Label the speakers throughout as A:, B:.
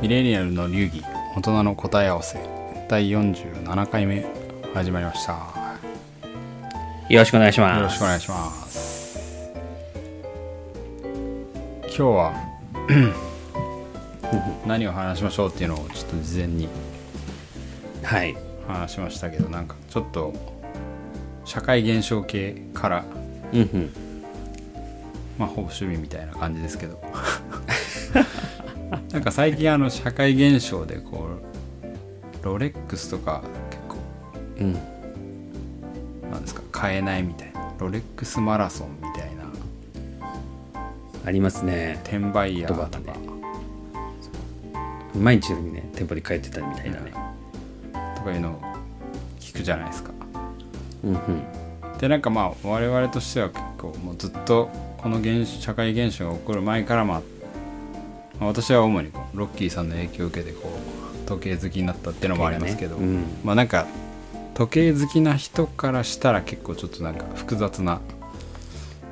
A: ミレニアルの流儀大人の答え合わせ第47回目始まりました
B: よろしくお願いします。
A: よろしくお願いします今日は 何を話しましょうっていうのをちょっと事前に
B: はい。
A: 話しましたけどなんかちょっと社会現象系から
B: うんうん。
A: まあほぼ趣味みたいな感じですけど なんか最近あの社会現象でこうロレックスとか結構
B: うん。
A: なんですか買えないみたいなロレックスマラソンみたいな
B: ありますね。
A: 転売ヤーとか
B: 言葉だ毎日のようにね、店舗に通ってたみたいなね。
A: とかいうのを聞くじゃないですか
B: うんうん。
A: でなんかまあ我々としては結構もうずっとこの現社会現象が起こる前からまあまあ私は主にこうロッキーさんの影響を受けてこう時計好きになったっていうのもありますけど、
B: 時計がねうん
A: まあなんか時計好きな人からしたら結構ちょっとなんか複雑な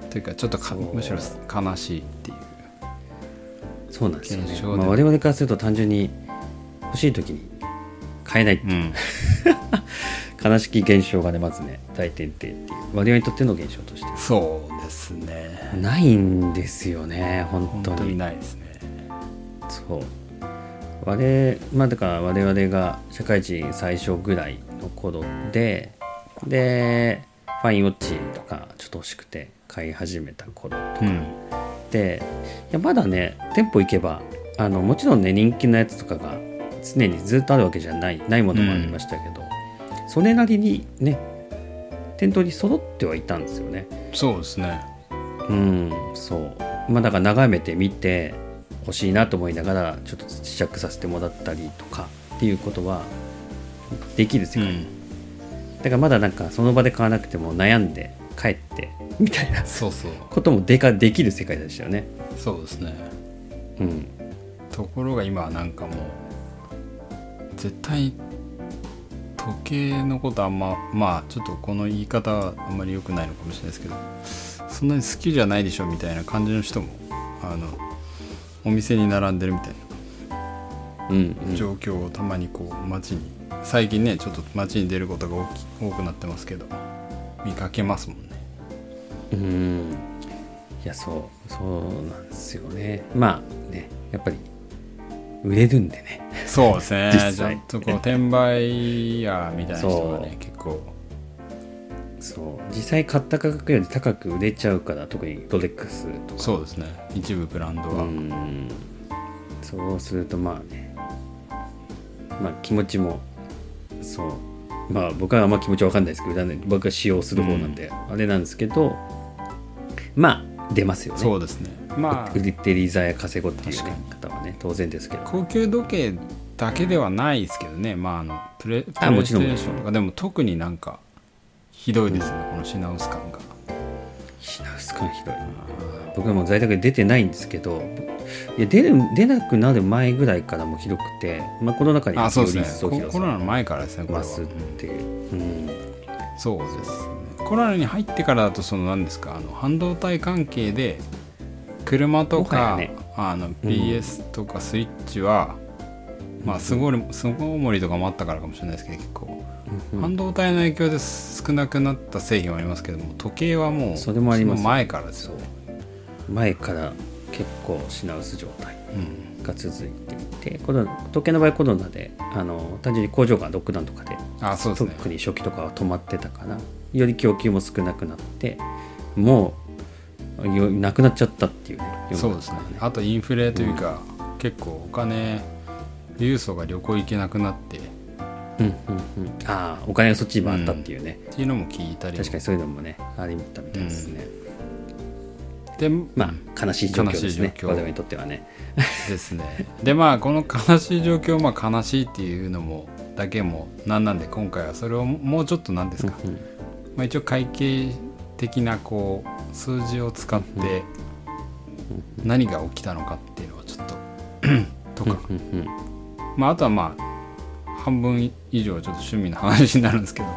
A: というかちょっとかむしろ悲しいっていう
B: そうなんですよ
A: 現
B: ね。
A: 象で
B: まあ、我々からすると単純に欲しい時に買えないって
A: う、
B: いうん 悲しき現象がね、まずね、大転底っていう。我々にとっての現象とし
A: そうですね
B: て。ないんですよね、本
A: 本
B: 当
A: 当
B: に。
A: にないですね
B: そう。我まあ、だから我々が社会人最初ぐらいの頃ででファインウォッチとかちょっと欲しくて買い始めた頃と
A: う
B: か
A: ん
B: でいやまだね店舗行けばあのもちろんね人気のやつとかが常にずっとあるわけじゃないないものもありましたけど、それなりにね店頭に揃ってはいたんですよね。
A: そうですね
B: うんそうまあだから眺めてみて欲しいなと思いながらちょっと試着させてもらったりとかっていうことはできる世
A: う
B: 界、
A: ん
B: だからまだなんかその場で買わなくても悩んで帰ってみたいな
A: そうそう
B: こともでかできる世界でしたよね
A: そうですね
B: うん
A: ところが今はなんかもう絶対時計のことあんままあちょっとこの言い方はあんまり良くないのかもしれないですけどそんなに好きじゃないでしょみたいな感じの人もあのお店に並んでるみたい
B: うん
A: な状況をたまにこう街に最近ねちょっと街に出ることが大き多くなってますけど見かけますもんね。
B: うんうんいやそうそうなんですよねまあねやっぱり売れるんでね
A: そうですね
B: 実際
A: ちょっとこう転売屋みたいな人がね結構
B: そう実際買った価格より高く売れちゃうから特にロレックスとか
A: そうですね一部ブランドは、
B: うんそうするとまあねまあ気持ちもそうまあ僕はあんま気持ちわかんないですけど占い僕は使用する方なんで、あれなんですけどまあ出ますよね
A: そうですねまあ
B: 売り手利ざや稼ごうっていう、
A: 確か
B: ね、方はね当然ですけど
A: 高級時計だけではないですけどねまああのプレプレイ
B: も
A: ステ
B: ちろん
A: ーションとかでも特になんかひどいですね、この品薄感が
B: 品薄感ひどい僕はもう在宅で出てないんですけどいや出る出なくなる前ぐらいからもうひどくて、まあ、コロナ禍に
A: あそうで
B: より一
A: す
B: 層
A: ね
B: ひ
A: コ
B: ど
A: コ
B: さ
A: ロナ
B: が
A: の前からですねこれ
B: 増
A: は
B: すっていう、うん、
A: そうですねコロナに入ってからだとその何ですかあの半導体関係で車とか、
B: もはやね
A: あの PS とかスイッチは、まあ巣ごもり巣ごもりとかもあったからかもしれないですけど結構、
B: うん
A: 半導体の影響で少なくなった製品はありますけども時計はもう
B: それもあります
A: その前からです
B: そ
A: よ
B: う前から結構品薄状態
A: うん
B: が続いていてコロナ時計の場合コロナであの単純に工場がロックダウンとかで
A: あそうですね
B: 特に初期とかは止まってたからより供給も少なくなってもうよなくなっちゃったっていうね
A: そうですねあとインフレというか、結構お金富裕層が旅行行けなくなってっ
B: うんうんうんああお金がそっちに回ったっていうね、
A: ていうのも聞いたりも
B: 確かにそういうのもねありったみたいですね、
A: で
B: まあ悲しい状況ですね
A: 悲しい状況
B: 我々にとってはね
A: ですねでまあこの悲しい状況まあ悲しいっていうのもだけもなんなんで今回はそれをもうちょっとなんですか、
B: うん
A: まあ、一応会計的なこう数字を使って何が起きたのかっていうのをちょっと とか、
B: うんうん
A: まあ、あとはまあ半分以上ちょっと趣味の話になるんですけど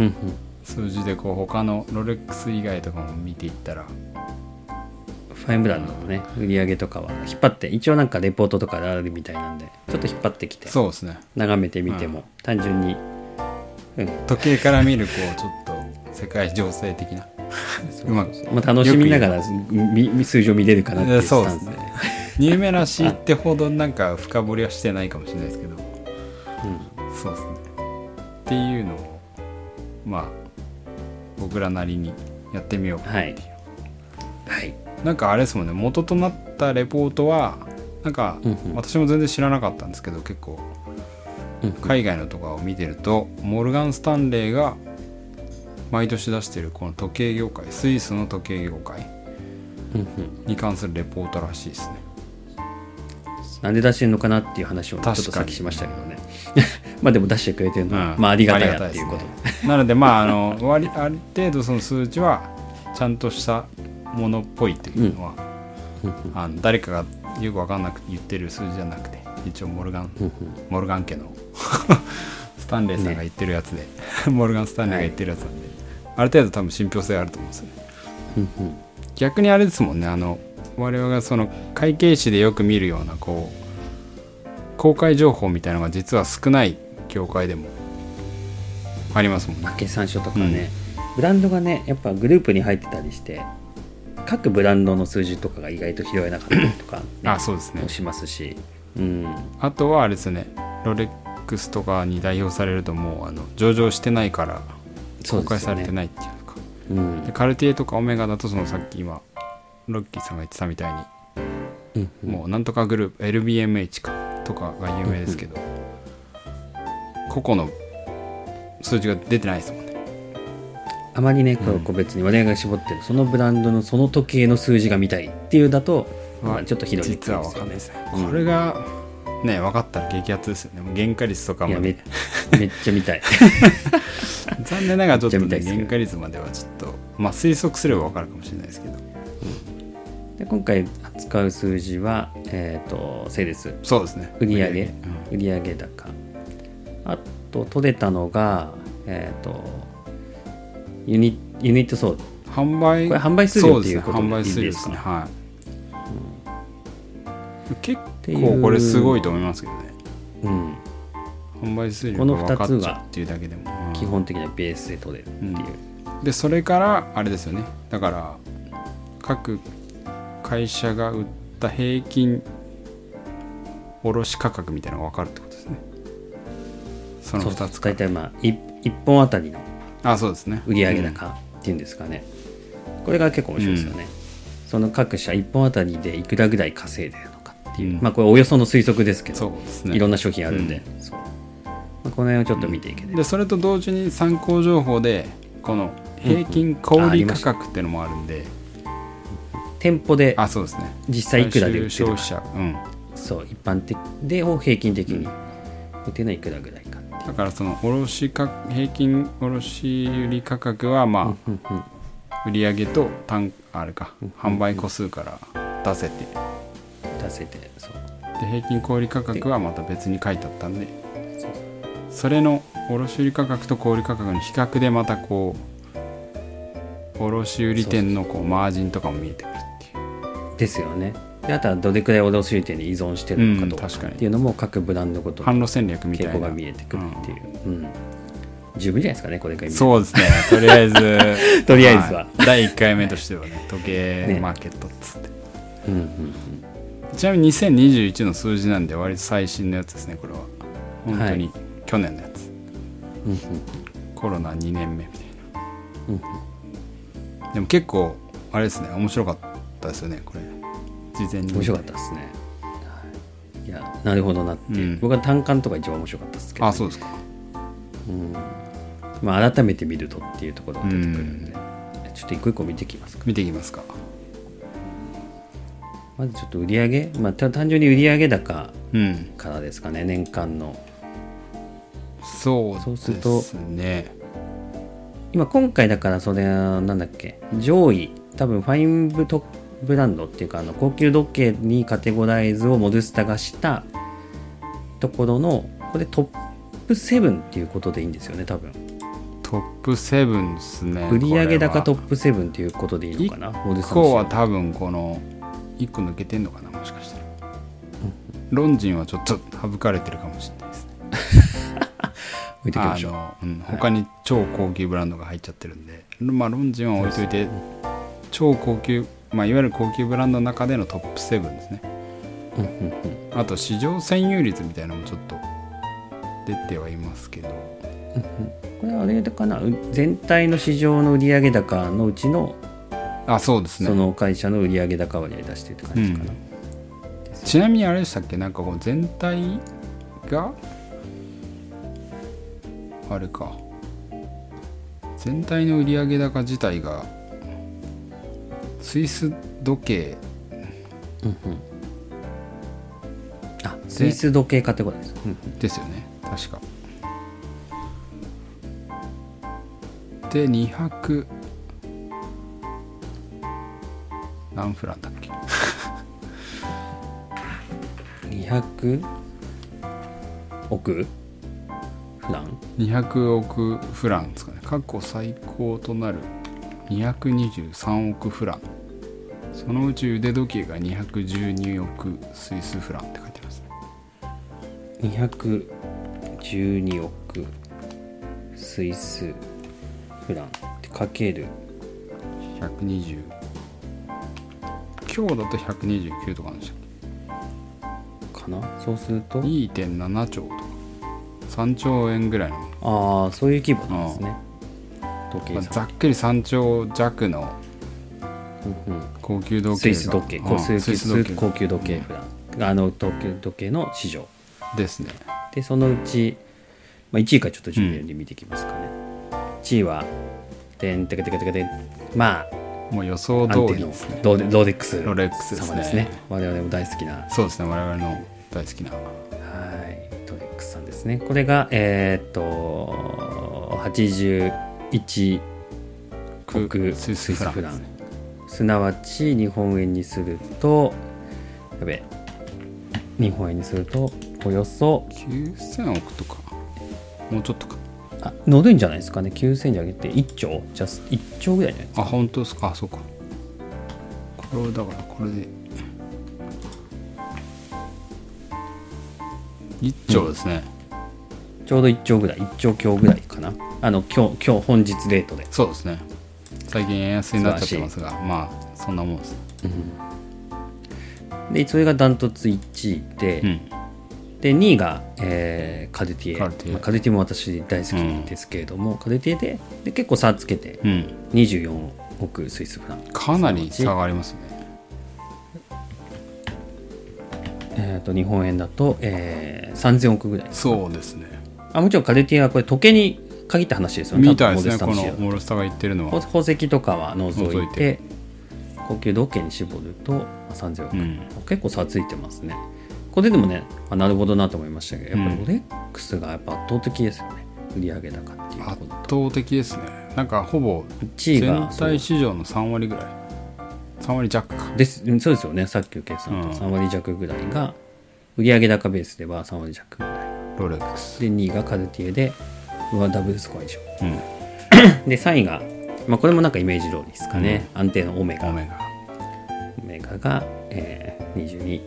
B: うんうん
A: 数字でこう他のロレックス以外とかも見ていったら
B: 増ファインブランドのね売り上げとかは引っ張って一応なんかレポートとかであるみたいなんでちょっと引っ張ってきて
A: そうですね
B: 眺めてみても、単純に、うん、
A: 時計から見るこうちょっと世界情勢的 なうまく
B: まあ、楽しみながらみみ数字を見れるかなっていうス
A: そうで
B: タン
A: す
B: ス
A: ね
B: で。
A: ニューメラシーってほどなんか深掘りはしてないかもしれないですけどそうですねっていうのをまあ僕らなりにやってみよう
B: うん、はいはい
A: なんかあれですもんね元となったレポートはなんか
B: うんうん
A: 私も全然知らなかったんですけど結構
B: うん
A: 海外のとかを見てるとモルガン・スタンレーが毎年出してるこの時計業界スイスの時計業界
B: うんうん
A: に関するレポートらしいですね
B: なんで出してるのかなっていう話をちょっと
A: 確か
B: さっ
A: に
B: きしましたけどね まあでも出してくれてるのは、まあ、ありがたいやっていうこと
A: ありがたですねなのでまああの割 ある程度その数値はちゃんとしたものっぽいというのは、あの誰かがよく分かんなくて言ってる数字じゃなくて一応モルガン、モルガン家の スタンレーさんが言ってるやつで、モルガン・スタンレーが言ってるやつなんで、ある程度多分信憑性あると思うんですよね
B: うんうん
A: 逆にあれですもんねあの我々がその会計士でよく見るようなこう公開情報みたいなのが実は少ない業界でもありますもんね
B: 決算書とかね、ブランドがねやっぱグループに入ってたりして各ブランドの数字とかが意外と拾えなかったりとか、ね
A: あそうですね
B: もしますし、うん、
A: あとはあれですねロレックスとかに代表されるともうあの上場してないから
B: そうです
A: 公開さ
B: よね
A: れてないっていうのか
B: うん
A: でカルティエとかオメガだとそのさっき今ロッキーさんが言ってたみたいに、
B: うん
A: もうなんとかグループ LBMH かとかが有名ですけど、個々の数字が出てないですもんね
B: あまりねこう個別に我々が絞ってるそのブランドのその時計の数字が見たいっていうだと、まあ、ちょっと広い
A: 実は分かんないですね、
B: うん
A: これがね分かったら激アツですよねもう原価率とか
B: い
A: も
B: やめ
A: ね
B: めっちゃ見たい
A: 残念ながらちょっと、
B: めっちゃ
A: ね、
B: 見たいですよ
A: 原価率まではちょっとまあ推測すれば分かるかもしれないですけど
B: で今回扱う数字は、えー、とセールス
A: そうですね
B: 売上
A: 売上
B: 売上高あと取れたのがえっ、とユニユニットソード
A: 販売
B: これ販売数量っていうこと
A: そ
B: で
A: うですね販売数量です
B: いい
A: ね
B: です
A: はい、結
B: ていう
A: 構これすごいと思いますけどね
B: うん
A: 販売数量
B: この
A: が分
B: 二
A: かっ
B: つ
A: ち
B: が
A: ゃうっていうだけでも、うん
B: 基本的にはベースで取れるっていう、
A: でそれからあれですよねだから各会社が売った平均卸価格みたいなのが分かるってことですねその
B: そう
A: 2つか
B: 大体まあ 1, 本あたりの
A: あそうですね
B: 売上高っていうんですかね、これが結構面白いですよね、その各社1本あたりでいくらぐらい稼いでるのかっていう、
A: うん
B: まあこれおよその推測ですけ
A: そう
B: ど、
A: ですね
B: いろんな商品あるんで、そうまあ、この辺をちょっと見ていければ、
A: でそれと同時に参考情報でこの平均小
B: うんああり
A: 売
B: ま
A: 価
B: した
A: 格っていうのもあるんで
B: 店舗で
A: あそうですね
B: 実際いくらで売って
A: 消
B: るか
A: 費者うん
B: そう一般的でを平均的に売ってるのはいくらぐらいかっていう
A: だからその卸価平均卸売価格はまあ、
B: うんうん
A: 売上と単あれか販売個数から出せて
B: 出せてそう
A: で平均小売価格はまた別に書いてあったんでそれの卸売価格と小売価格の比較でまたこう卸売店のこうマージンとかも見えてくるっていう
B: ですよねであとはどれくらい卸売店に依存してるのかとか
A: うん確かに
B: っていうのも各ブランドごと
A: 販
B: の
A: 路戦略みた
B: 傾
A: い
B: 向が
A: な
B: 見えてくるっていう、うん十分じゃないですかねこれが今
A: そうですねとりあ えず
B: とりあえずはい
A: 第1回目としてはね時計
B: ね
A: マーケットっつって、
B: うんうん
A: ちなみに2021の数字なんで割と最新のやつですねこれは本当に去年のやつ、
B: うん
A: コロナ2年目みたいな
B: うんうん
A: でも結構あれですね面白かったですよねこれ事前に
B: 面白かったですね、はい、いやなるほどなっていう、
A: うん
B: 僕は単管とか一番面白かったですけど、
A: あそうですか
B: うんまあ、改めて見るとっていうところが出てくるんで、ちょっと一個一個見ていきますか
A: 見ていきますか
B: まずちょっと売上まあた単純に売上高
A: うん
B: からですかね年間の
A: そう
B: そうすると
A: ですね
B: 今今回だからそれはなんだっけ上位多分ファインブトブランドっていうかあの高級時計にカテゴライズをモルスタがしたところのこれトップ7っていうことでいいんですよね多分
A: トトップ7ですね
B: 売上高ト
A: プ
B: ップ7っていうことでいいのかなオーデ
A: 今日は多分この1個抜けてんのかなもしかしたらロンジンはちょっと省かれてるかもしれないですね
B: 置いておきま
A: あ
B: しょう
A: の、うん、他に超高級ブランドが入っちゃってるんで、まあロンジンは置いといて超高級、まあ、いわゆる高級ブランドの中でのトップ7ですね
B: うんうんうん
A: あと市場占有率みたいなのもちょっと出てはいますけど
B: これはあれかなう全体の市場の売上高のうちの
A: あそうですね
B: その会社の売上高割合出してるって感じかな、
A: ちなみにあれでしたっけなんかこう全体があれか全体の売上高自体がスイス時計
B: あスイス時計化ってことです、うん
A: ですよね確かで200何フランだっけ
B: 200億フラン
A: 200億フランですかね過去最高となる223億フランそのうち腕時計が212億スイスフランって書いてますね
B: 212億スイスフランってかける
A: 120今日だと129とかなんでしたっ
B: かなそうすると
A: け2.7兆とか3兆円ぐらいの、
B: ああそういう規模なんですね時
A: ま
B: 計
A: あ
B: さん
A: ざっくり3兆弱の
B: うんうん
A: 高級時計が
B: スイス時計
A: うん
B: スイ
A: スイ
B: ス
A: ス時
B: 時計
A: 計
B: 高級時計フランあの東京時計の市場
A: ですね
B: でそのうち、まあ、1位からちょっと順番に見ていきますかね、1位はてんてかてかてかてんまあ
A: もう予想
B: 安
A: 通
B: 定
A: り
B: の
A: ですね
B: ローデローデックス
A: ロレックスですね
B: 様ですね我々も大好きな
A: そうですね我々の大好きな
B: はい、トレックスさんですね。これが、えーっと、81億ス
A: ス
B: イ
A: イ
B: ス
A: ス
B: フ
A: フ
B: ラ
A: ラ
B: ン
A: ン
B: すなわち日本円にすると、やべえ、日本円にすると、およそ、
A: 9000億とかもうちょっとか
B: あ、乗るんじゃないですかね、9000じゃ上げて、1兆、じゃあ1兆ぐらいじゃないですか。
A: あ本当ですかあそうかこれをだからこれで1兆ですね、
B: ちょうど1兆ぐらい、1兆強ぐらいかな。あの、今日、今日、本日レートで。
A: そうですね最近円安になっちゃってますがまあそんなもんですね
B: で、それがダントツ1位で、
A: うん
B: で2位が、えーカデティエ
A: カデティエ
B: まあカデティエも私大好きですけれども、カデティエでで結構差つけて
A: うん
B: 24億スイスフラン、
A: かなり差がありますね
B: えー、と日本円だと、えー、3000億ぐらい
A: そうですね
B: あもちろんカデティエはこれ時計に限った話ですよね
A: みたいですね
B: 多
A: こ
B: 分
A: の
B: モールスタの資料
A: モールスターが言ってるの
B: ほ
A: は
B: 宝石とかは除いて
A: 除いて
B: 高級時計に絞るとまあ3000億、
A: うん
B: 結構差ついてますねこれでもねあなるほどなと思いましたけどやっぱり
A: うん
B: ロレックスがやっぱ圧倒的ですよね、売上高っていうと
A: 圧
B: ころと
A: 倒的ですねなんかほぼ
B: 1位
A: 全
B: が
A: 体市場の3割ぐらい3割弱か
B: ですそうですよねさっきの計算だと
A: うん
B: 3割弱ぐらいが売上高ベースでは3割弱ぐらい
A: ロレックス
B: で2位がカルティエでうわダブルスコア以上
A: うん
B: で3位が、まあ、これもなんかイメージ通りですかね、安定のオメガ
A: オ
B: オ
A: メガ
B: メガが、えー、22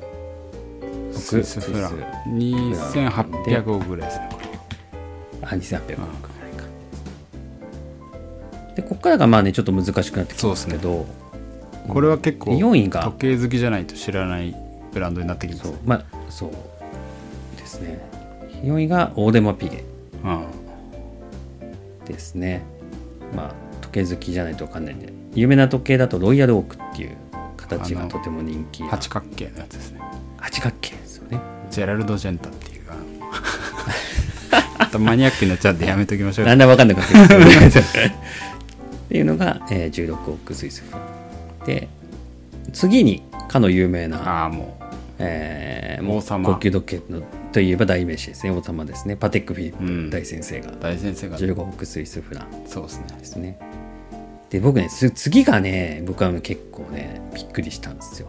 B: 億
A: スイスフラン
B: スイス
A: 2800億ぐらいですねこれ
B: あ2800億ぐらいかでここからがまあねちょっと難しくなってきますけど
A: これは結構
B: 4位が
A: 時計好きじゃないと知らないブランドになってきます
B: そうまあそうですね4位がオーデマピゲ
A: うん
B: ですねまあ時計好きじゃないと分かんないんで有名な時計だとロイヤルオークっていう形
A: あ
B: が
A: の
B: とても人気な
A: 八角形のやつですね
B: 八角形ですよね
A: ジェラルド・ジェンタってい うあのまたマニアックになっちゃうんでやめときましょう
B: だんだん分かんなくなってく るっていうのが、えー16億スイスフランで次にかの有名な、
A: ああも
B: えー
A: 王様
B: 高級時計のといえば代名詞ですね王様ですねパテック・フィリ
A: う
B: ッ
A: ん
B: プ大先生が
A: う大先生が
B: 15億スイスフラン
A: そうですね
B: ですね。で、僕ね、す次がね、僕は結構ね、びっくりしたんですよ。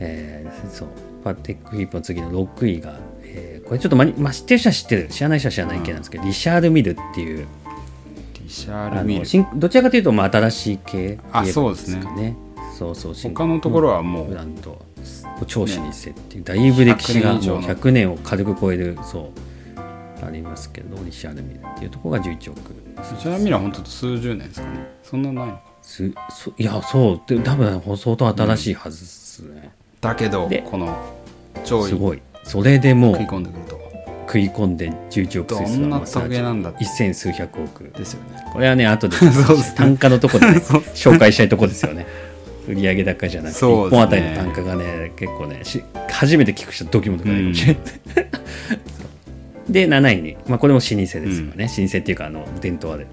B: えーそう、パテック・フィリップの次の6位が、えーこれちょっとまに、まあ、知ってる人は知ってる、知らない人は知らない系なんですけど、リシャール・ミルっていう、
A: シャー
B: あ
A: ルミ
B: の
A: ール
B: 新どちらかというとまあ新しい系
A: あ
B: 言えばいいん
A: そうですね
B: かねそうそう新
A: 他のところはもう
B: ブランド超老舗っていうだいぶ歴史が
A: 100年以上
B: もう
A: の
B: 100年を軽く超えるそうありますけどリシャールミルっていうところが11億
A: シャールミールは本当数十年ですかねそんなないのか
B: すそいやそうで多分相当新しいはずですね、
A: だけど
B: で
A: この上位
B: す
A: 食
B: ごいそれでもう
A: い込んでくると
B: 食い込んで11億
A: ど
B: スイス
A: ん
B: は
A: な
B: もう
A: トゲなんだって
B: 一千数百億
A: ですよね
B: これは ね後で
A: そうですね
B: 単価のとこで、ね、
A: そう
B: 紹介したいとこですよね売上高じゃなくて
A: そ
B: 1
A: うですね
B: 本あたりの単価がね結構ねし初めて聞く人ドキモとかないかもしれない、 そうで7位に、まあ、これも老舗ですよね、老舗っていうかあの伝統ある、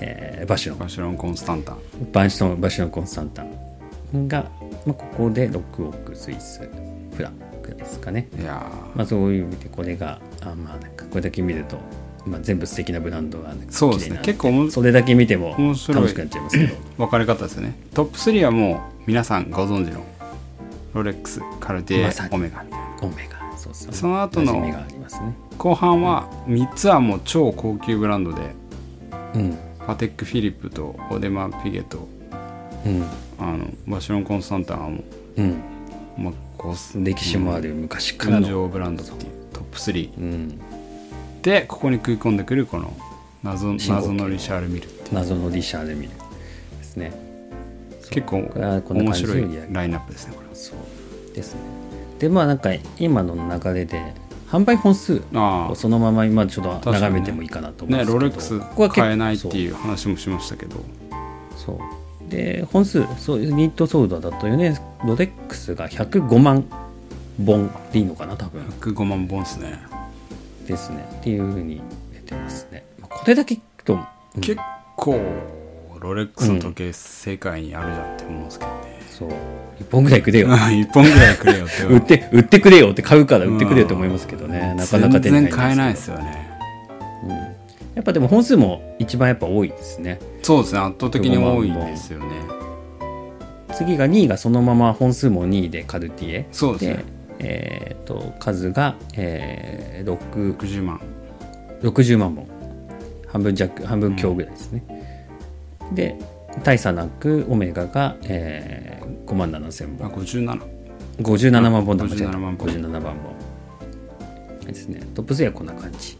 B: えーバシュロン
A: バシュロン・コンスタンタン
B: バシュロンバシュロンコンスタンタンが、まあ、ここで6億スイスフランクですかね
A: いや
B: まあ、そういう意味でこれがあまあなんかこれだけ見ると、まあ、全部素敵なブランドが、ね、
A: ーそうです
B: 綺麗
A: ね
B: なん
A: 結構おも
B: それだけ見ても
A: 面白い
B: 楽しくなっちゃいますけど
A: 分かれ方ですよねトップ3はもう皆さんご存知のロレックスカルテ
B: まさ
A: ィエ
B: に
A: オメガみたいな
B: オメガそうそう
A: その後の
B: 馴染みがありますね
A: 後半は3つはもう超高級ブランドで
B: うん
A: パテック・フィリップとオデマ・ピゲと
B: うん
A: あのバシュロン・コンスタンタンはも
B: うん
A: う、まあ、こう
B: 歴史もある昔から
A: 群
B: の、
A: 青ブランドっていうトップ3
B: うん、
A: でここに食い込んでくるこの謎
B: 進行形
A: 謎のリシャール・ミルっていう
B: 謎のリシャールミルですね
A: 結構
B: これはこんな
A: 面
B: 感じで
A: 白いラインナップですねこれ
B: そうですねでまあなんか今の流れで販売本数
A: あ
B: を
A: あ
B: そのまま今ちょっと
A: 確か
B: 眺
A: にね
B: めてもいいかなと思うん
A: ね
B: ですけど、
A: ロレックス
B: ここは結構
A: 買えないって
B: そう
A: いう話もしましたけど
B: そうで本数そうニットソードだとねロレックスが105万本でいいのかな多分
A: 105万本ですね
B: ですねっていうふうに出てますねまあこれだけ聞くと、うん
A: 結構ロレックスの時計世界にあるじゃんって思うんですけどね、
B: そう1本ぐらいくれよ
A: 1本ぐらいくれよって
B: 売って売ってくれよって買うから売ってくれよと思いますけどね、なかなか手に
A: 全然買えないですすよね
B: けど、うんやっぱでも本数も一番やっぱ多いですね
A: そうですね圧倒的に多いですよね
B: 次が2位がそのまま本数も2位でカルティエ
A: そうですね
B: えー、と数が、えー、6
A: 60万
B: 60万本半分弱半分強ぐらいですね、で大差なくオメガが、えー、5万7千
A: あ
B: 本
A: 57
B: 57万本だ間違えた
A: 57万本
B: 57万本ですねトップ3はこんな感じ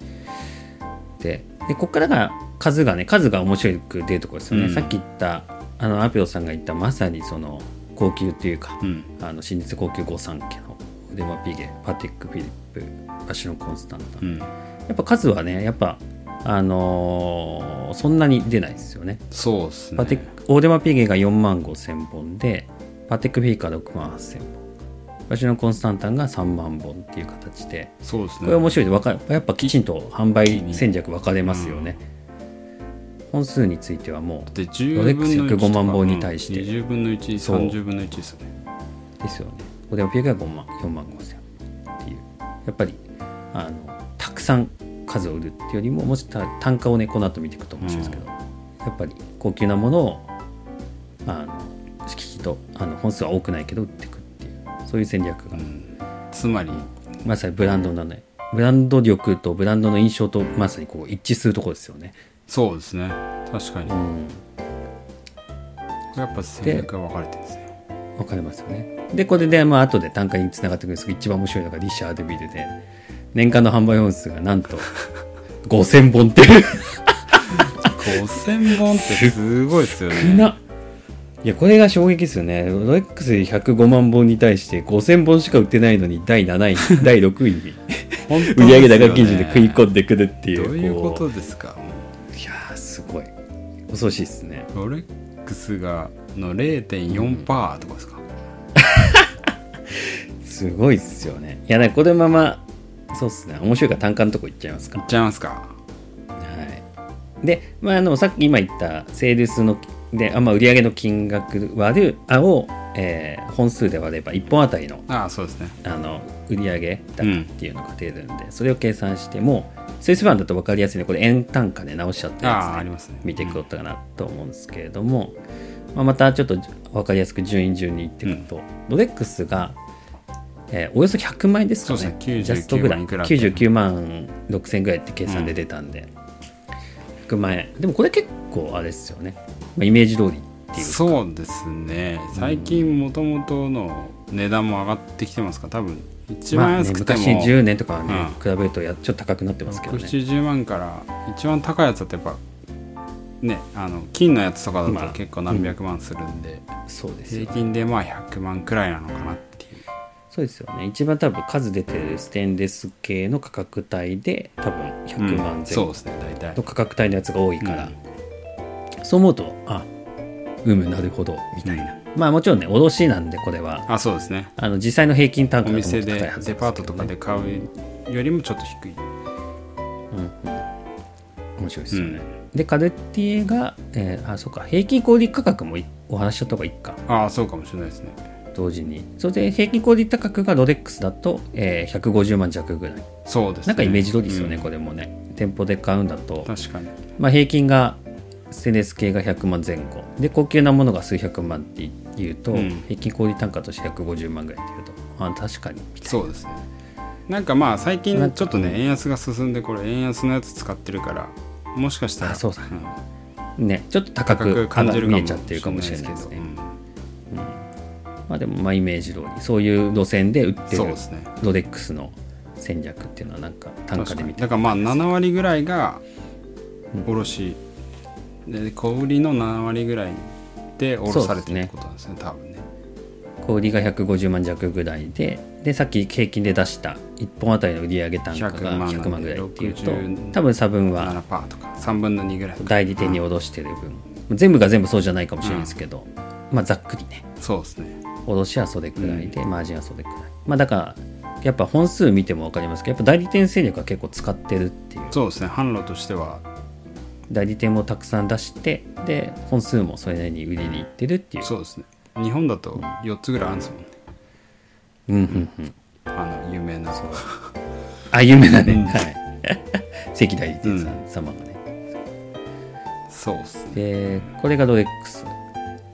B: ででここからが数がね数が面白く出るところですよね、
A: うん
B: さっき言ったあのアピオさんが言ったまさにその高級というか、
A: うん
B: あの新日高級御三家の腕マピゲパティックフィリップバシロンコンスタンタン、
A: うん
B: やっぱ数はねやっぱあのーそんなに出ないですよね。
A: そうですね
B: パテックオーデマピゲが4万5千本でパテックフィーカー6万8千本私のコンスタンタンが3万本っていう形で
A: そうです
B: これ面
A: ね
B: 白いでわかやっぱきちんと販売戦略分かれますよね。本数についてはも
A: で10
B: ロレックス
A: 分の1
B: 105万本に対して
A: 20分の
B: そう
A: 130分の1ですよね
B: うですよね。オーデマピゲが5万4万5千本っていうやっぱりあのたくさん数を売るっていうよりももした単価をねこの後見ていくと面白いですけど、やっぱり高級なものをあの敷きとあの本数は多くないけど売っていくっていうそういう戦略が、
A: うんつまり
B: まさにブランドなのでブランド力とブランドの印象とまさにこう一致するところですよね。
A: そうですね確かに
B: うん、
A: やっぱ戦略が分かれてるんですね
B: わかりますよね。でこれで、まあ後で単価につながってくるんですけど一番面白いのがリシャーデビルで年間の販売本数がなんと5,000本っていう
A: 5000本ってすごいですよ
B: みん
A: ね
B: ないやこれが衝撃ですよねロレックス105万本に対して5000本しか売ってないのに第7位第6位に
A: 本当ですよ
B: 売
A: ね
B: 上高基準で食い込んでくるっていう
A: どういうこ
B: う
A: とですかもう
B: いやーすごい恐ろしいですね
A: ロレックスがの0.4%とかですか、
B: すごいっすよねいやねこれままそうっすね面白いから単価のとこ行っちゃいます
A: い
B: か
A: っちゃいますか
B: はいでまああのさっき今言ったセールスのであまあ売上の金額割るあを、えー本数で割れば1本あたりの
A: ああそうですね
B: あの売上高っていうのが出るんで、それを計算してもスイスフランだと分かりやすいのでこれ円単価で直しちゃった
A: あああ
B: やつ、
A: り
B: ね、
A: ますね
B: 見ていこうかなと思うんですけれども、まあ、またちょっと分かりやすく順位順にいっていくと、ロレックスが、えーおよそ100万円ですかね
A: そうですね
B: ジャストぐら
A: 99万
B: い
A: いくら
B: 99万6000ぐらいって計算で出たんで、く前でもこれ結構あれですよね、まあ、イメージ通りっていう
A: そうですね最近もともとの値段も上がってきてますから多分一番
B: まあね
A: 安くても、
B: 昔10年とかはね、
A: うん
B: 比べるとやちょっと高くなってますけどね
A: 6070万から一番高いやつだとやっぱねあの金のやつとかだ
B: まあ
A: と結構何百万するんで、
B: そうです
A: 平
B: よ
A: 均でまあ100万くらいなのかなっていう
B: そうですよね一番多分数出てるステンレス系の価格帯で多分100
A: うん
B: 万前
A: そう
B: 後
A: ですね大体
B: の価格帯のやつが多いから、そう思うとあうむなるほどみたいな、
A: う
B: まあもちろんね卸なんでこれは
A: あそうですね
B: あの実際の平均単
A: お
B: 価がもっと高
A: 店
B: い
A: で
B: はずです
A: デパートとかで買うよりもちょっと低い
B: うんうん、面白いですよね、でカルティエが、えーあそうか平均小売価格もいお話ししちゃった方がいいか
A: ああそうかもしれないですね
B: 同時にそれで平均小売価格がロレックスだと、えー150万弱ぐらい
A: そうですね
B: なんかイメージ通りですよね、
A: うん
B: これもね店舗で買うんだと、
A: 確かに
B: まあ、平均がステンレス系が100万前後で高級なものが数百万っていうと、
A: うん
B: 平均小売単価として150万ぐらいっていうとあ確かに
A: そうですねなんかまあ最近ちょっとね円安が進んでこれ円安のやつ使ってるからもしかしたら
B: あそうだね
A: ん
B: ねちょっと高
A: 高く
B: く
A: 感じるか
B: あの
A: も
B: 見えちゃってるかもしれないですね
A: しれない
B: まあでもまあイメージ通りそういう路線で売っ
A: け
B: て
A: どうんそう
B: る
A: ですね
B: ロレックスの戦略っていうのはなんか単
A: 確
B: 価
A: か
B: で見
A: に
B: て
A: だからまあ7割ぐらいが卸、で小売りの7割ぐらいで卸されてるってことなんですね多分ね
B: 小売りが150万弱ぐらいででさっき平均で出した1本あたりの売上単価
A: 100
B: が
A: 万
B: 100万ぐらいっていうと
A: 60
B: 多分差分は
A: 7パーとか3分の2ぐらい
B: 代理店に卸してる分全部が全部そうじゃないかもしれないですけど、まあざっくりね
A: そうですね
B: 卸はそれくらいで、マージンはそれくらいまあだからやっぱ本数見ても分かりますけどやっぱ代理店戦略は結構使ってるっていう
A: そうですね販路としては
B: 代理店もたくさん出してで本数もそれなりに売りに行ってるっていう
A: そうですね日本だと4つぐらいあるんですもんね
B: うんうんうん
A: あの有名な
B: あ有名だね、はい 関代理店さ
A: うん
B: 様がね、
A: そうですね
B: でこれがロレックス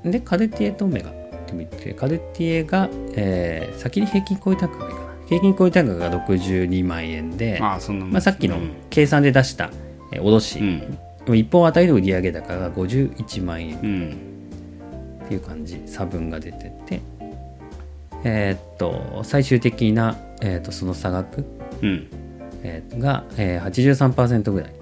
B: でカルティエとオメガって見てカルティエが、えー先に平均超えた価がいいかな平均超えた価が62万円で、
A: まあそんなもん
B: まあ、さっきの
A: うん
B: 計算で出した、えー卸、
A: うん
B: 1本あたりの売上高が51万円
A: うん
B: っていう感じ差分が出ててえーっと最終的な、えーっとその差額、
A: うん
B: えーが、えー、83%ぐらい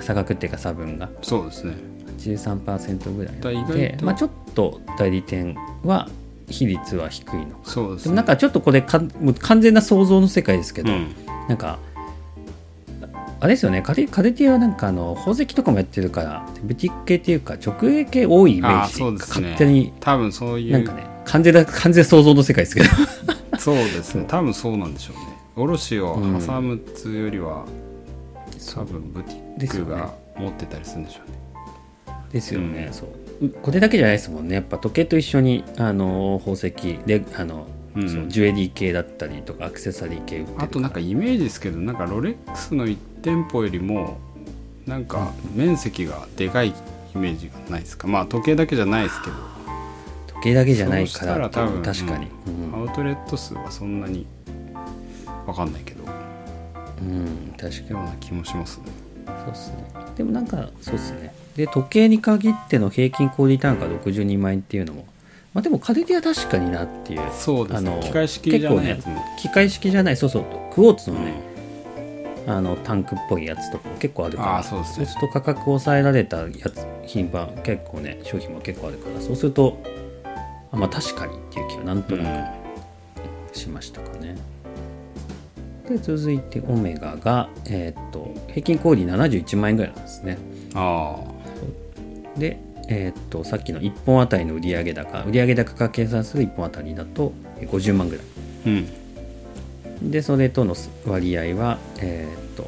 B: 差額っていうか差分が
A: そうですね
B: 83%ぐらい
A: だ
B: なの
A: 意外、
B: で
A: と
B: まあ、ちょっと代理店は比率は低いの
A: そうで
B: ですも
A: ね
B: なんかちょっとこれかもう完全な想像の世界ですけ
A: う
B: ど、
A: ん
B: なんかああれですよねカルカルティエはなんかあの宝石とかもやってるからブティック系っていうか直営系多いイメ
A: ああ
B: ージ
A: そうですね
B: 勝手に
A: 多分そうい
B: なん
A: う
B: かね完全な完全想像の世界で すけど
A: そうですね多分そうなんでしょうね卸を挟むっつうよりは、多分ブティ
B: で
A: ッ
B: すよ
A: ク
B: ね
A: が持ってたりするんでしょうね
B: ですよね、そううこれだけじゃないですもんねやっぱ時計と一緒にあの宝石であの、
A: うん
B: そうジュエリー系だったりとかアクセサリー系売ってるから
A: あとなんかイメージですけどなんかロレックスの1店舗よりもなんか面積がでかいイメージがないですかまあ時計だけじゃないですけど
B: 時計だけじゃない
A: そうした
B: から
A: ら
B: ってい
A: 多
B: う
A: 分
B: 確かに、
A: うんアウトレット数はそんなにわかんないけどよ
B: うん、うん確か
A: う
B: に
A: な気もしますね
B: そうっすね。でもなんか、そうっすね。で、時計に限っての平均小売単価62万円っていうのも、まあでも、カルティア確かになっていう。
A: そうですね
B: あの
A: 機械式じゃないやつも
B: 結構ね機械式じゃない、そうそう、クォーツのね、あの、タンクっぽいやつとかも結構あるから、
A: あーそうっすね
B: すると価格抑えられたやつ、品番、結構ね、商品も結構あるから、そうすると、あまあ確かにっていう気はなんと
A: うん
B: なくしましたかね。で続いてオメガが、えーっと平均小売71万円ぐらいなんですね。
A: あ
B: で、えーっとさっきの1本あたりの売上高売上高が計算する1本あたりだとえー50万ぐらい
A: あうん
B: でそれとの割合は、えーっと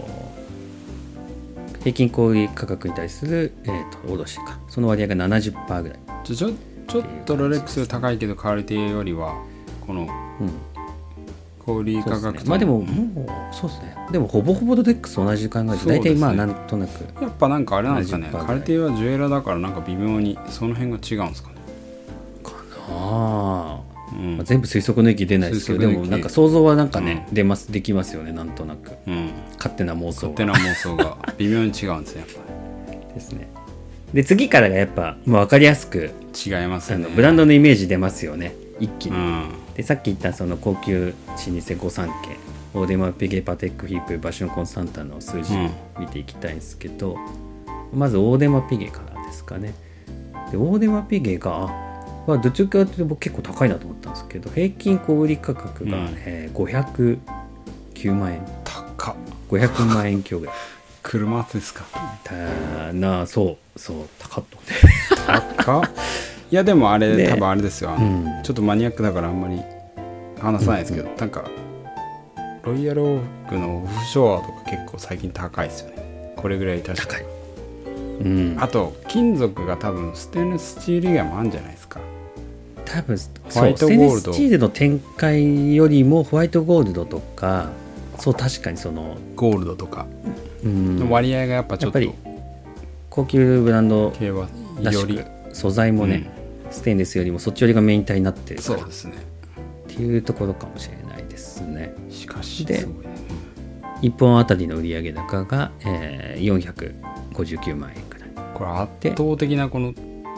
B: 平均小売価格に対する、えーっと卸かその割合が70%ぐらい、
A: じゃあちょちょっとロレックスより高いけど買われているよりはこの
B: うん
A: 小売
B: そう
A: 価
B: です
A: 格
B: ね
A: と、
B: まあでももうそうですねでもほぼほぼロレックスと同じ考え
A: そ
B: で
A: うです
B: 大
A: ね
B: 体まあなんとなく
A: やっぱなんかあれなんですかね
B: 70%ぐらい
A: カルティエはジュエラだからなんか微妙にその辺が違うんですかね、
B: ああ
A: うん
B: まあ全部推測の域出ないですけどで
A: 推測の
B: も
A: 域
B: なんか想像はなんかね、出ますできますよねなんとなく
A: うん
B: 勝手な妄
A: 勝
B: 想は
A: 手な妄想が微妙に違うんですねやっぱり
B: ですねで次からがやっぱもう分かりやすく
A: 違います
B: あ
A: よね
B: のブランドのイメージ出ますよね一気
A: う
B: に、
A: ん
B: でさっき言ったその高級老舗御三家オーデマ・ピゲ・パテック・ヒープバション・コンスタンタの数字
A: うん
B: 見ていきたいんですけど、まずオーデマ・ピゲからですかねでオーデマ・ピゲがあまあどっちかというと僕結構高いなと思ったんですけど平均小売価格が、
A: うん
B: えー509万円
A: 高っ
B: 500万円強ぐらい
A: 車ですか
B: たなそうそう高っと思って
A: 高っいやでもあれ、
B: ね
A: 多分あれですよあの、
B: うん
A: ちょっとマニアックだからあんまり話さないですけど、なんかロイヤルオークのオフショアとか結構最近高いですよねこれぐらい確か
B: 高いうん
A: あと金属が多分ステンレススチール以外もあるんじゃないですか
B: 多分
A: ホワイト
B: そう
A: ゴールド
B: ステンレススチールの展開よりもホワイトゴールドとかそう確かにその、
A: ゴールドとか
B: うん、
A: の割合がやっぱちょっと
B: やっ高級ブランド
A: 系は
B: ら
A: よ
B: し
A: り
B: く素材もね、ステンレスよりもそっちよりがメイン体になってるか
A: そう
B: らっ
A: ですね
B: ていうところかもしれないですね
A: しかし
B: です
A: ごいね
B: 1本あたりの売上高が、えー459万円くらい
A: これ圧倒的なこの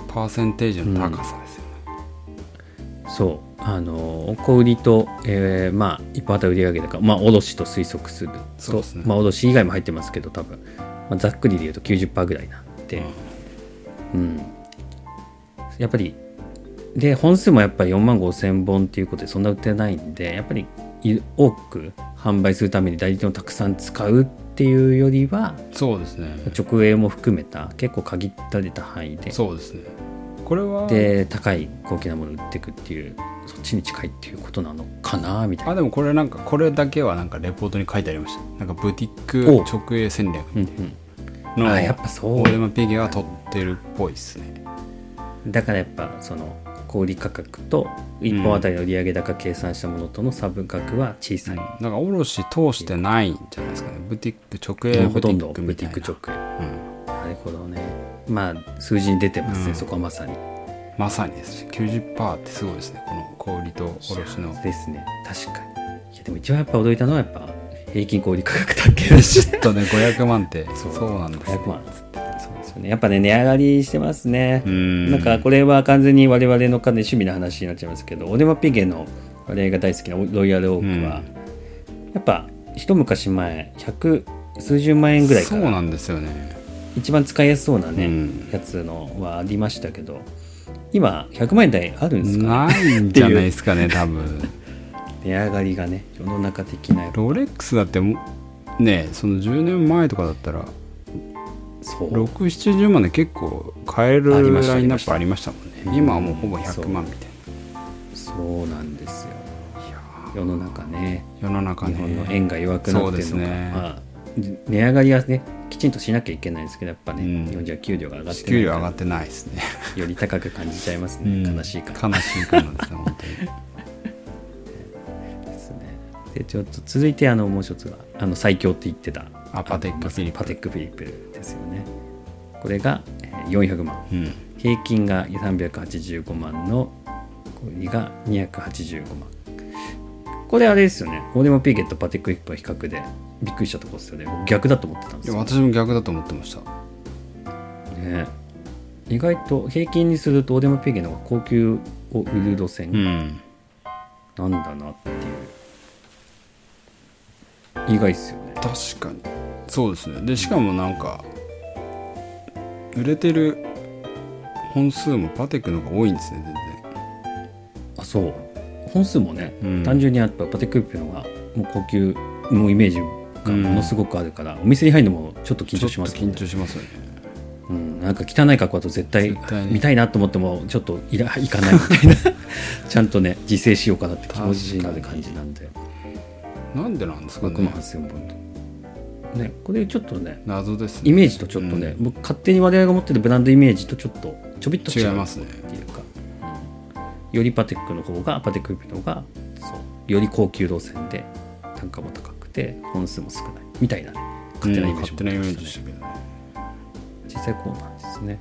A: パーセンテージの高さですよね、
B: そうあの小売りと、えーまあ一般当たり売上高まあ卸と推測すると
A: そうですね
B: まあ卸以外も入ってますけど多分、まあ、ざっくりで言うと90%ぐらいなって、うん、やっぱりで本数もやっぱり4万5千本っていうことでそんな売ってないんでやっぱりい多く販売するために代理店をたくさん使うっていうよりは
A: そうですね
B: 直営も含めた結構限られた範囲で
A: そうですねこれは
B: で高い高級なものを売っていくっていうそっちに近いっていうことなのかなみたい
A: あ
B: な、
A: でもこれなんかこれだけはなんかレポートに書いてありましたなんかブティッ
B: お
A: ク直営戦略
B: うんうん、
A: の
B: あやっぱそ
A: オーデ
B: う
A: マピゲは取ってるっぽいですね
B: だからやっぱその小売価格と1本あたりの売上高計算したものとの差分額は小さい、
A: なんか卸通してないんじゃないですかねブティック直営
B: ほ
A: ブテ
B: と
A: ィ
B: んど
A: ック
B: ブ
A: み
B: テ
A: た
B: ィ
A: い
B: ック
A: な、
B: 直営
A: うん、
B: なるほどねまあ数字に出てます
A: う
B: ね、
A: ん
B: そこはまさに
A: まさにですね90%ってすごいですねこの小売りと卸の
B: ですね確かにいやでも一番やっぱ驚いたのはやっぱ平均小売価格だけでし
A: ちょっ とね500万ってそ
B: そうう
A: なんです
B: 500万っつってそうですよねやっぱね値上がりしてますね
A: うん
B: なんかこれは完全に我々の完全趣味の話になっちゃいますけどオデマピゲの我々が大好きなロイヤルオークは、やっぱ一昔前100数十万円ぐらいか
A: そう
B: ら
A: なんですよね
B: 一番使いやすそうなね、
A: うん
B: やつのはありましたけど今100万円台あるんですかね
A: ないんじゃないですかね多分
B: 値上がりがね世の中的な
A: ロレックスだってもねその10年前とかだったら
B: そう
A: 670万で結構買えるラ
B: あ
A: イ
B: り
A: ンナ
B: まし
A: ッ
B: た
A: プありましたもんね
B: うん
A: 今はもうほぼ100万みたい
B: そうなんですよ
A: ないや
B: 世の中ね
A: ー世の中
B: 日本の
A: ね
B: 円が弱くなってる
A: そ
B: の
A: う
B: か、
A: ですね
B: まあ、値上がりはねきちんとしなきゃいけないんですけどやっぱね、
A: うん
B: 日本人は給料が上がってな
A: 給
B: い
A: 料
B: か
A: 上が
B: ら
A: ってないですね
B: より高く感じちゃいますね、悲しい感
A: 悲しい感じですね本
B: じですねでちょっと続いてあのもう一つはあの最強って言ってた
A: あパテック
B: あのまさに
A: フィリップ
B: パテックフィリップですよねこれがえー400万
A: 当に うん
B: 平均が385万の小売が285万これあれですよねオーデマ・ピーゲットパテック・イップは比較でびっくりしたとこですよね僕逆だと思ってたんで
A: い
B: す
A: や
B: よ、
A: 私も逆だと思ってました
B: ね、意外と平均にするとオーデマ・ピーゲットの方が高級を売る路
A: う
B: 線
A: ん
B: なんだなっていう意外っすよね
A: 確かにそうですねでしかもなんか売れてる本数もパテックの方が多いんですね全然
B: あそう本数もね、
A: うん
B: 単純にやっぱパテック・イップの方がもう高級のイメージがものすごくあるから、お店に入るのもちょっと緊張します
A: ち
B: よ
A: ょ
B: ね
A: っと緊張しますよね
B: うん、なんか汚い格好だと絶対
A: 絶対ね
B: 見たいなと思ってもちょっといらいかないみたいな ちゃんとね自制しようかなって気持ちになる感じなんで
A: なんでなんですか
B: 6
A: ね
B: 万8000本とねこれちょっとね
A: 謎ですね
B: イメージとちょっとね、僕勝手に我々が持ってるブランドイメージとちょっとちょびっと違う
A: 違いますね
B: っていうか、うんよりパテックの方がパテックの方がそうより高級路線で単価も高くて本数も少ないみたいなね勝手なイメージ
A: 勝
B: を
A: 手
B: 持
A: な
B: っ
A: イ
B: て
A: メ
B: ま
A: ー
B: し
A: ジでしたけどね
B: たね実際こうなんですね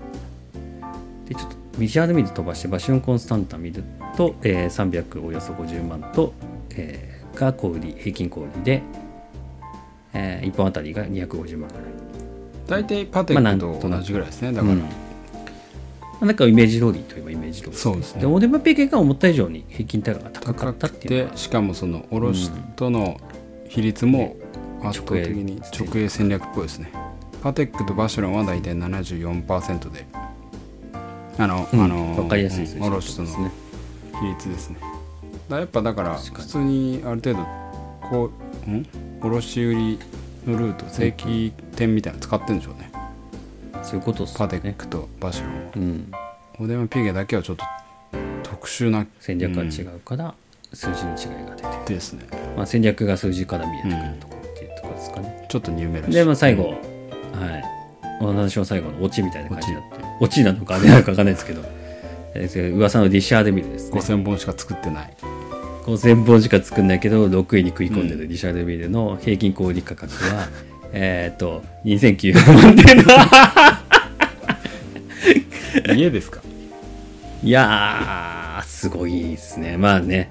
B: でちょっとビジュアルミル飛ばしてバシオンコンスタンタ見ると、えー300およそ50万と、えーが小売り平均小売りで、え1本あたりが250万ぐらい
A: 大体パテ
B: まあな
A: ッ
B: ん
A: ク
B: と
A: と
B: なく
A: 同じぐらいですねだ
B: う
A: から、
B: んまあなんかイメージ通りといえばイメージ通り
A: そうですね
B: でオデマペ系が思った以上に平均単価が高か
A: 高
B: ったっ
A: く
B: ていう
A: て
B: のが
A: しかもその卸との比率も圧倒的に
B: 直営
A: 直営戦略っぽいですねパテックとバシロンは大体74%であの、
B: うん
A: あの
B: わかりやすいです
A: うん
B: ね
A: 卸との
B: そうですね
A: 比率ですねだやっぱだから
B: 確かに
A: 普通にある程度こうん卸売のルート正規店みたいなの使ってるんでしょうね、
B: そういうことです
A: パテッ
B: ね
A: クとバシロンは
B: うん
A: オデマピゲだけはちょっと特殊な
B: 戦略が
A: うん
B: 違うから数字に違いが出て、
A: ですね
B: まあ、戦略が数字から見えてくるところっていうところですかね、
A: ちょっとニューメラ
B: で、ま
A: ま
B: あ、最後、はいお話の最後のオチみたいな感じになってオチなのかあれなのかわかんないですけどえーそれ噂のディシャーデミルですね
A: 5000本しか作ってない
B: 5000本しか作んないけど6位に食い込んでるリシャール・ビールの平均小売価格 は、えーっと2900万点の
A: 家ですか
B: いやーすごいですねまあね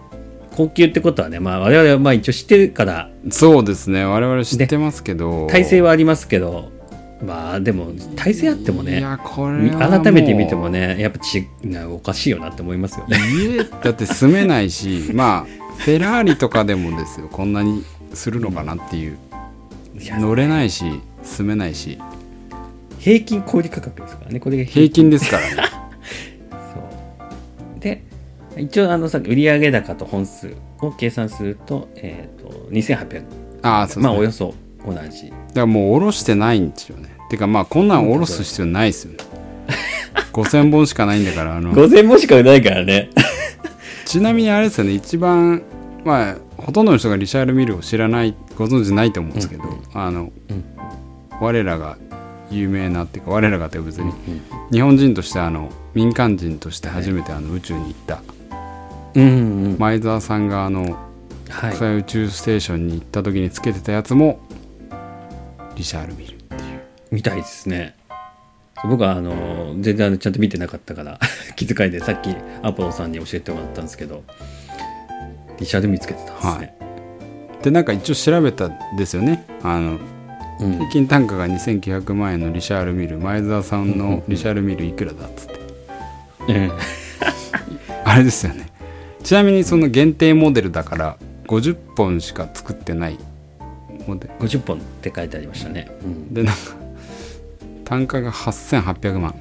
B: 高級ってことはね、まあ、我々はまあ一応知ってるから
A: そうですね我々知ってますけど
B: 体制はありますけどまあでも体制あっても
A: い
B: ね
A: やこれはもう
B: 改めて見てもねやっぱちなおかしいよなって思いますよね
A: 家だって住めないし まあフェラーリとかでもですよこんなにするのかなっていう
B: いや
A: 乗れないし住めないし
B: 平均小売価格ですからねこれが
A: 平均ですからね
B: そうで一応あのさ売上高と本数を計算すると,、えー、と2800、
A: ああそうですね、
B: まあお
A: だ
B: よ
A: か
B: そ同じ
A: らもう下ろしてないんですよねてかまあこんなん下ろす必要ないですよね 5000本しかないんだからあの
B: 5000もしかないからね
A: ちなみにあれですよね一番まあほとんどの人がリシャール・ミルを知らないご存知ないと思うんですけど、あの、
B: うん
A: 我らが有名なっていうか我らがって別に、
B: うん
A: 日本人としてあの民間人として初めてあの宇宙に行った
B: うんうん、
A: 前澤さんがあの
B: はい
A: 国際宇宙ステーションに行った時につけてたやつもリシャール・ミルっていう
B: みたいですね僕はあの全然あのちゃんと見てなかったから 気遣いでさっきアポロさんに教えてもらったんですけどリシャル見つけてたんですね、
A: でなんか一応調べたんですよねあの
B: うん
A: 平均単価が2900万円のリシャール・ミル前澤さんのリシャール・ミルいくらだっつって
B: うん
A: あれですよねちなみにその限定モデルだから50本しか作ってないモデル
B: 50本って書いてありましたね、うん
A: でなんか単価が8800万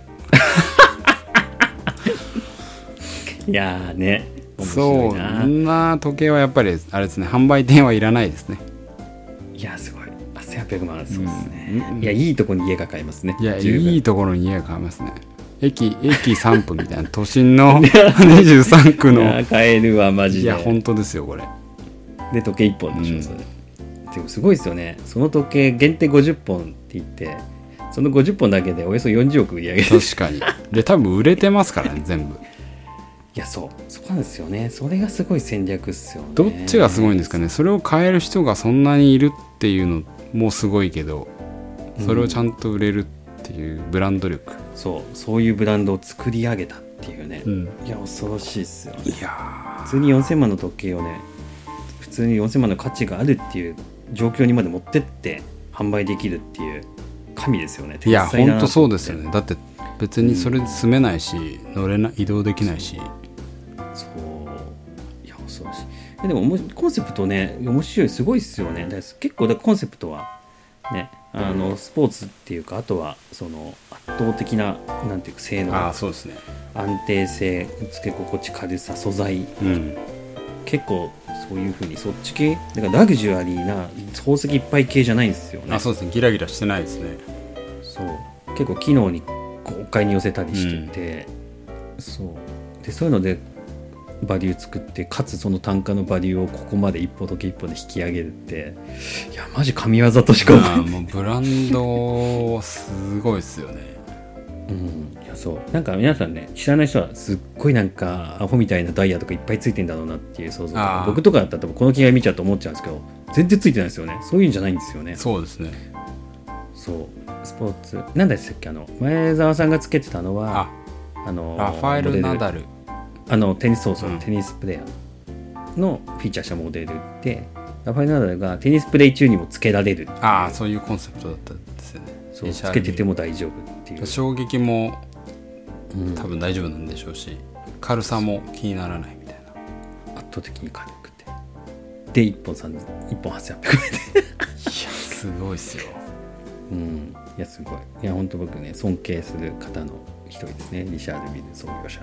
B: いやーね面
A: そ
B: 白いうな
A: そんな時計はやっぱりあれですね販売店はいらないですね
B: いやすごいあ1800万そうですね、
A: うん
B: いやいいとこに家が買えますね
A: いや
B: 十分
A: いいところに家が買えますね駅駅3分みたいな都心 の23区
B: いや
A: の
B: 買えるわマジ
A: い
B: で
A: や本当ですよこれ
B: で時計1本でしょ、
A: うん
B: それでもすごいですよねその時計限定50本って言ってその50本だけでおよそ40億売り上げるい
A: 確かにで多分売れてますからね全部
B: やそうそうなんですよねそれがすごい戦略っすよね
A: どっちがすごいんですかねそれを買える人がそんなにいるっていうのもすごいけどそれをちゃんと売れるっていうブランド力、
B: そうそういうブランドを作り上げたっていうね、
A: ん
B: いや恐ろしいっすよね
A: いや
B: 普通に4000万の時計をね普通に4000万の価値があるっていう状況にまで持ってって販売できるっていう神ですよね
A: ーいや
B: 天才だ
A: 本
B: な
A: 当そうですよねだって別にそれで住めないし、乗れない移動できないし
B: そういや恐ろしいえでもおもコンセプトね面白いすごいっすよねだから結構だからコンセプトはねあのスポーツっていうかあとはその圧倒的ななんていうか性能安
A: そうですね
B: 定性つけ心地軽さ素材
A: うん
B: 結構そういうふうにそっち系だからラグジュアリーな宝石いっぱい系じゃないんですよね
A: あそうですねギラギラしてないですね
B: そう結構機能に豪快に寄せたりしてて、そうでそういうのでバリュー作ってかつその単価のバリューをここまで一歩だけ一歩で引き上げるっていやマジ神業としか思え
A: あーもうブランドすごいですよね
B: うん、いやそうなんか皆さんね知らない人はすっごいなんかアホみたいなダイヤとかいっぱいついてんだろうなっていう想像とか
A: あー
B: 僕とかだったら多分この着替え見ちゃうと思っちゃうんですけど全然ついてないですよねそういうんじゃないんですよね
A: そうですね
B: そうスポーツ何でしたっけあの前澤さんがつけてたの
A: あ
B: はあの
A: ラファエ
B: モデ
A: ル・
B: ル
A: ナダル
B: あのテニスそうそう、
A: うん
B: テニスプレーヤーのフィーチャーしたモデルでラファエル・ナダルがテニスプレー中にもつけられる
A: ああそういうコンセプトだったんですよね
B: そう
A: エシャ
B: つ
A: ー
B: けてても大丈夫っていう、
A: 衝撃も
B: うん
A: 多
B: 圧
A: 分大丈夫なんでしょうし軽さも気にならないみたいな
B: 倒的に軽くてで1本3 1本8800円
A: いやすごいっすよ
B: うん、いやすごいいや本当僕ね尊敬する方の一人ですねリシャール・ビル創業者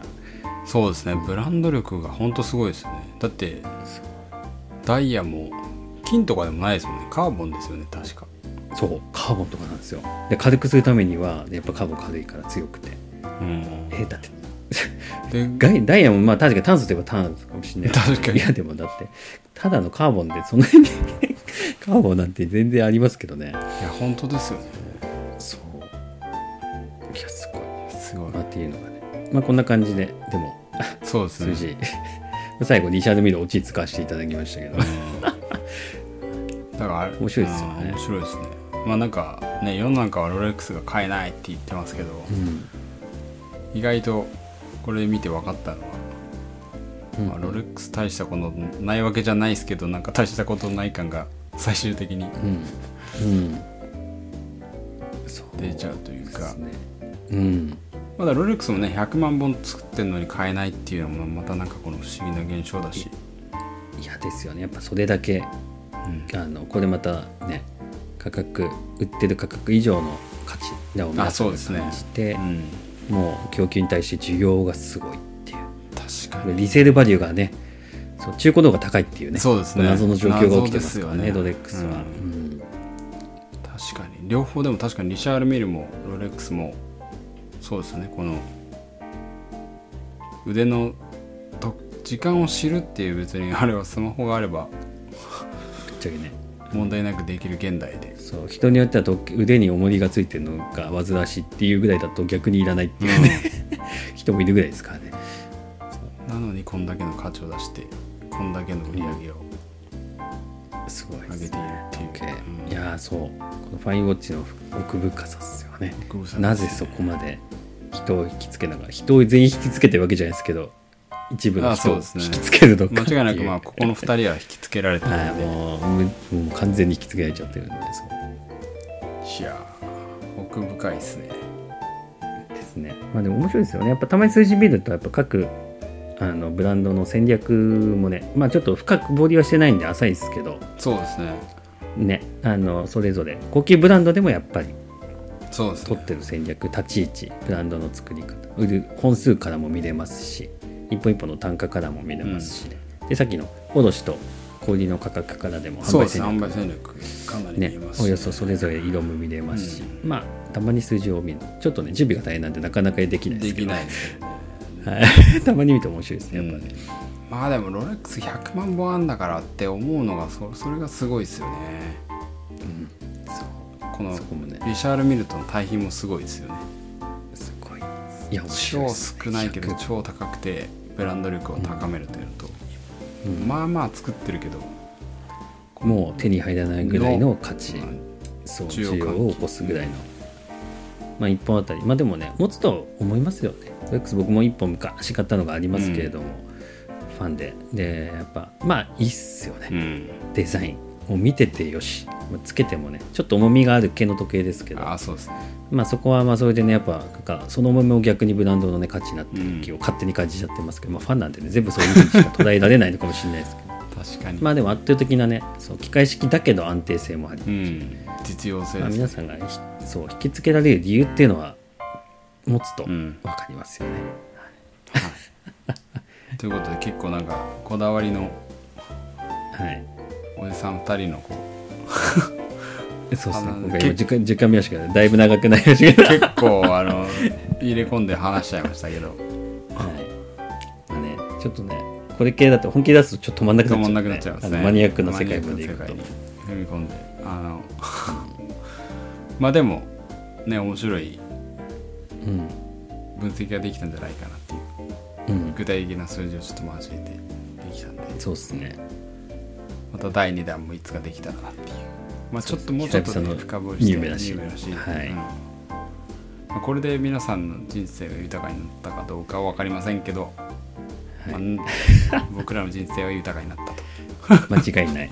A: そうですねブランド力がほんとすごいですよねだって
B: そう
A: ダイヤも金とかでもないですもんねカーボンですよね確か
B: そうカーボンとかなんですよで軽くするためにはやっぱカーボン軽いから強くて
A: うん
B: えだって
A: で
B: ガイダイヤもまあ確かに炭素といえば炭素かもしれない
A: 確かに
B: いやでもだってただのカーボンでそんなにカーボンなんて全然ありますけどね
A: いや本当ですよね
B: そういやすごい、
A: すごい
B: まあ、っていうのがねまあこんな感じででも
A: そうです
B: 数
A: ね
B: 字、最後リシャール・ミル落ち着かせていただきましたけど
A: だからあれ
B: 面白いですよね
A: うん面白いですねまあなんかね世の中はロレックスが買えないって言ってますけど、
B: うん
A: 意外とこれ見て分かったのは、
B: うん
A: まあ、ロレックス大したことないわけじゃないですけどなんか大したことない感が最終的に
B: うん、うん、そう
A: 出ちゃうという
B: で
A: か
B: すねうん
A: まだロレックスもね100万本作ってるのに買えないっていうのもまたなんかこの不思議な現象だし、
B: いやですよねやっぱそれだけ
A: うん
B: あのこれまたね価格売ってる価格以上の価値を皆
A: あ
B: さん
A: そう
B: が
A: ですね
B: 感じて、
A: うん、
B: もう供給に対して需要がすごいっていう
A: 確か
B: こ
A: に
B: れリセールバリューがねそう中古の方が高いっていうね
A: そうですね
B: 謎の状況が起きてますからね
A: 謎
B: ロ
A: で
B: レ
A: すよね
B: ックスは、うん
A: 確かに両方でも確かにリシャール・ミルもロレックスもそうですねこの腕のと時間を知るっていう別にあれはスマホがあれば
B: ぶっちゃけね
A: 問題なくできる現代で、
B: そう人によってはと腕に重りがついてるのが煩わしいっていうぐらいだと逆にいらないっていうね、 人もいるぐらいですからね
A: なのにこんだけの価値を出してこんだけの売り上げを
B: すごい
A: 上げているっていう、うん
B: いやーそうこのファインウォッチの奥深さっすよね
A: 奥深さですね
B: なぜそこまで人を引きつけながら人を全員引きつけてるわけじゃないですけど一部の
A: あそ
B: 人
A: う
B: を
A: ですね
B: 引きつけるのかっていう
A: 間違いなくまあここの2人は引きつけられてる
B: はい
A: んで
B: もうむもう完全に引きつけられちゃってるんでそう
A: いやー奥深いですね
B: ですねまあでも面白いですよねやっぱたまに数字見るとやっぱ各あのブランドの戦略もねまあちょっと深くボディはしてないんで浅いですけど
A: そうですね
B: ねあのそれぞれ高級ブランドでもやっぱり
A: そうです
B: 取
A: ね
B: ってる戦略立ち位置ブランドの作り方売る本数からも見れますし一本一本の単価からも見れますしね、でさっきの卸と小売りの価格からでも
A: そうです
B: 戦
A: ね販
B: 略
A: 売戦略かなり見
B: ね
A: えますし
B: およそそれぞれ色も見れますし、まあたまに数字を見るちょっとね準備が大変なんでなかなかできないで
A: です
B: け
A: き
B: ど
A: ないですけどね
B: はい たまに見て面白いですねやっぱね、
A: まあでもロレックス100万本あんだからって思うのがそそれがすごいですよね
B: そう
A: この
B: そこもね
A: リシャール・ミルトの対比もすごいですよね
B: すごいいや面白い
A: 超
B: ですね
A: 少ないけど
B: 100
A: 超高くてブランド力を高めるというのと、まあまあ作ってるけど
B: もう手に入らないぐらいの価値、そう
A: 需要
B: 需要を起こすぐらいの、まあ、1本あたりまあでもね持つと思いますよね X 僕も1本昔買ったのがありますけれども、ファンででやっぱまあいいっすよ
A: う
B: ね、
A: ん
B: デザインもう見ててよしまあつけてもねちょっと重みがある系の時計ですけど
A: ああそうですね
B: まあそこはまあそれでねやっぱなんかその重みも逆にブランドのね価値になってる気を勝手に感じちゃってますけど、まあファンなんでね全部そういうふうにしか捉えられないのかもしれないですけど
A: 確かに、
B: まあでも圧倒的なねそう機械式だけど安定性もあり
A: うん実用性
B: まあ、
A: です
B: 皆さんがひそう引きつけられる理由っていうのは持つと
A: う
B: 分
A: ん
B: かりますよね。
A: ということで結構なんかこだわりの
B: はい
A: おじさん2人のこう
B: そうです
A: あ
B: ね
A: の
B: 今回
A: け
B: 今時間時間見ましたけどだいぶ長くなりました けど、
A: 結構あの入れ込んで話しちゃいましたけど
B: はいまあね、ちょっとねこれ系だと本気出すとちょっと止まんなくな
A: 止
B: っち
A: ま
B: ゃう,、
A: んなくなっちゃいます
B: あ
A: ね
B: のマニアックな世界までいく
A: マ
B: と
A: ニアックな世界に踏み込んであの まあでもね面白い
B: うん
A: 分析ができたんじゃないかなっていう
B: うん
A: 具体的な数字をちょっと交えてできたんで
B: そうですね
A: また第2弾もいつかできたらなっていうまあちょっともうちょっ
B: 久
A: と、
B: 々
A: ね、
B: の
A: 深掘りして
B: ニューメラシー
A: ニューメシー
B: はい
A: うんまあ、これで皆さんの人生が豊かになったかどうかは分かりませんけど、まあ僕らの人生は豊かになったと
B: 間違いない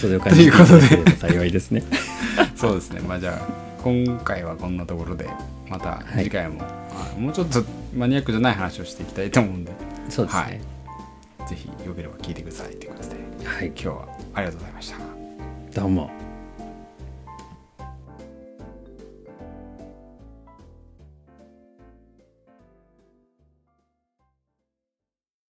B: それを感じていただければ幸いですね
A: そうですね。まあじゃあ今回はこんなところでまた
B: い
A: 次回も、はいもうちょっとマニアックじゃない話をしていきたいと思うんで
B: そうですね
A: ぜひよければ聞いてくださいということで今
B: はい、
A: 日はありがとうございました。
B: どうも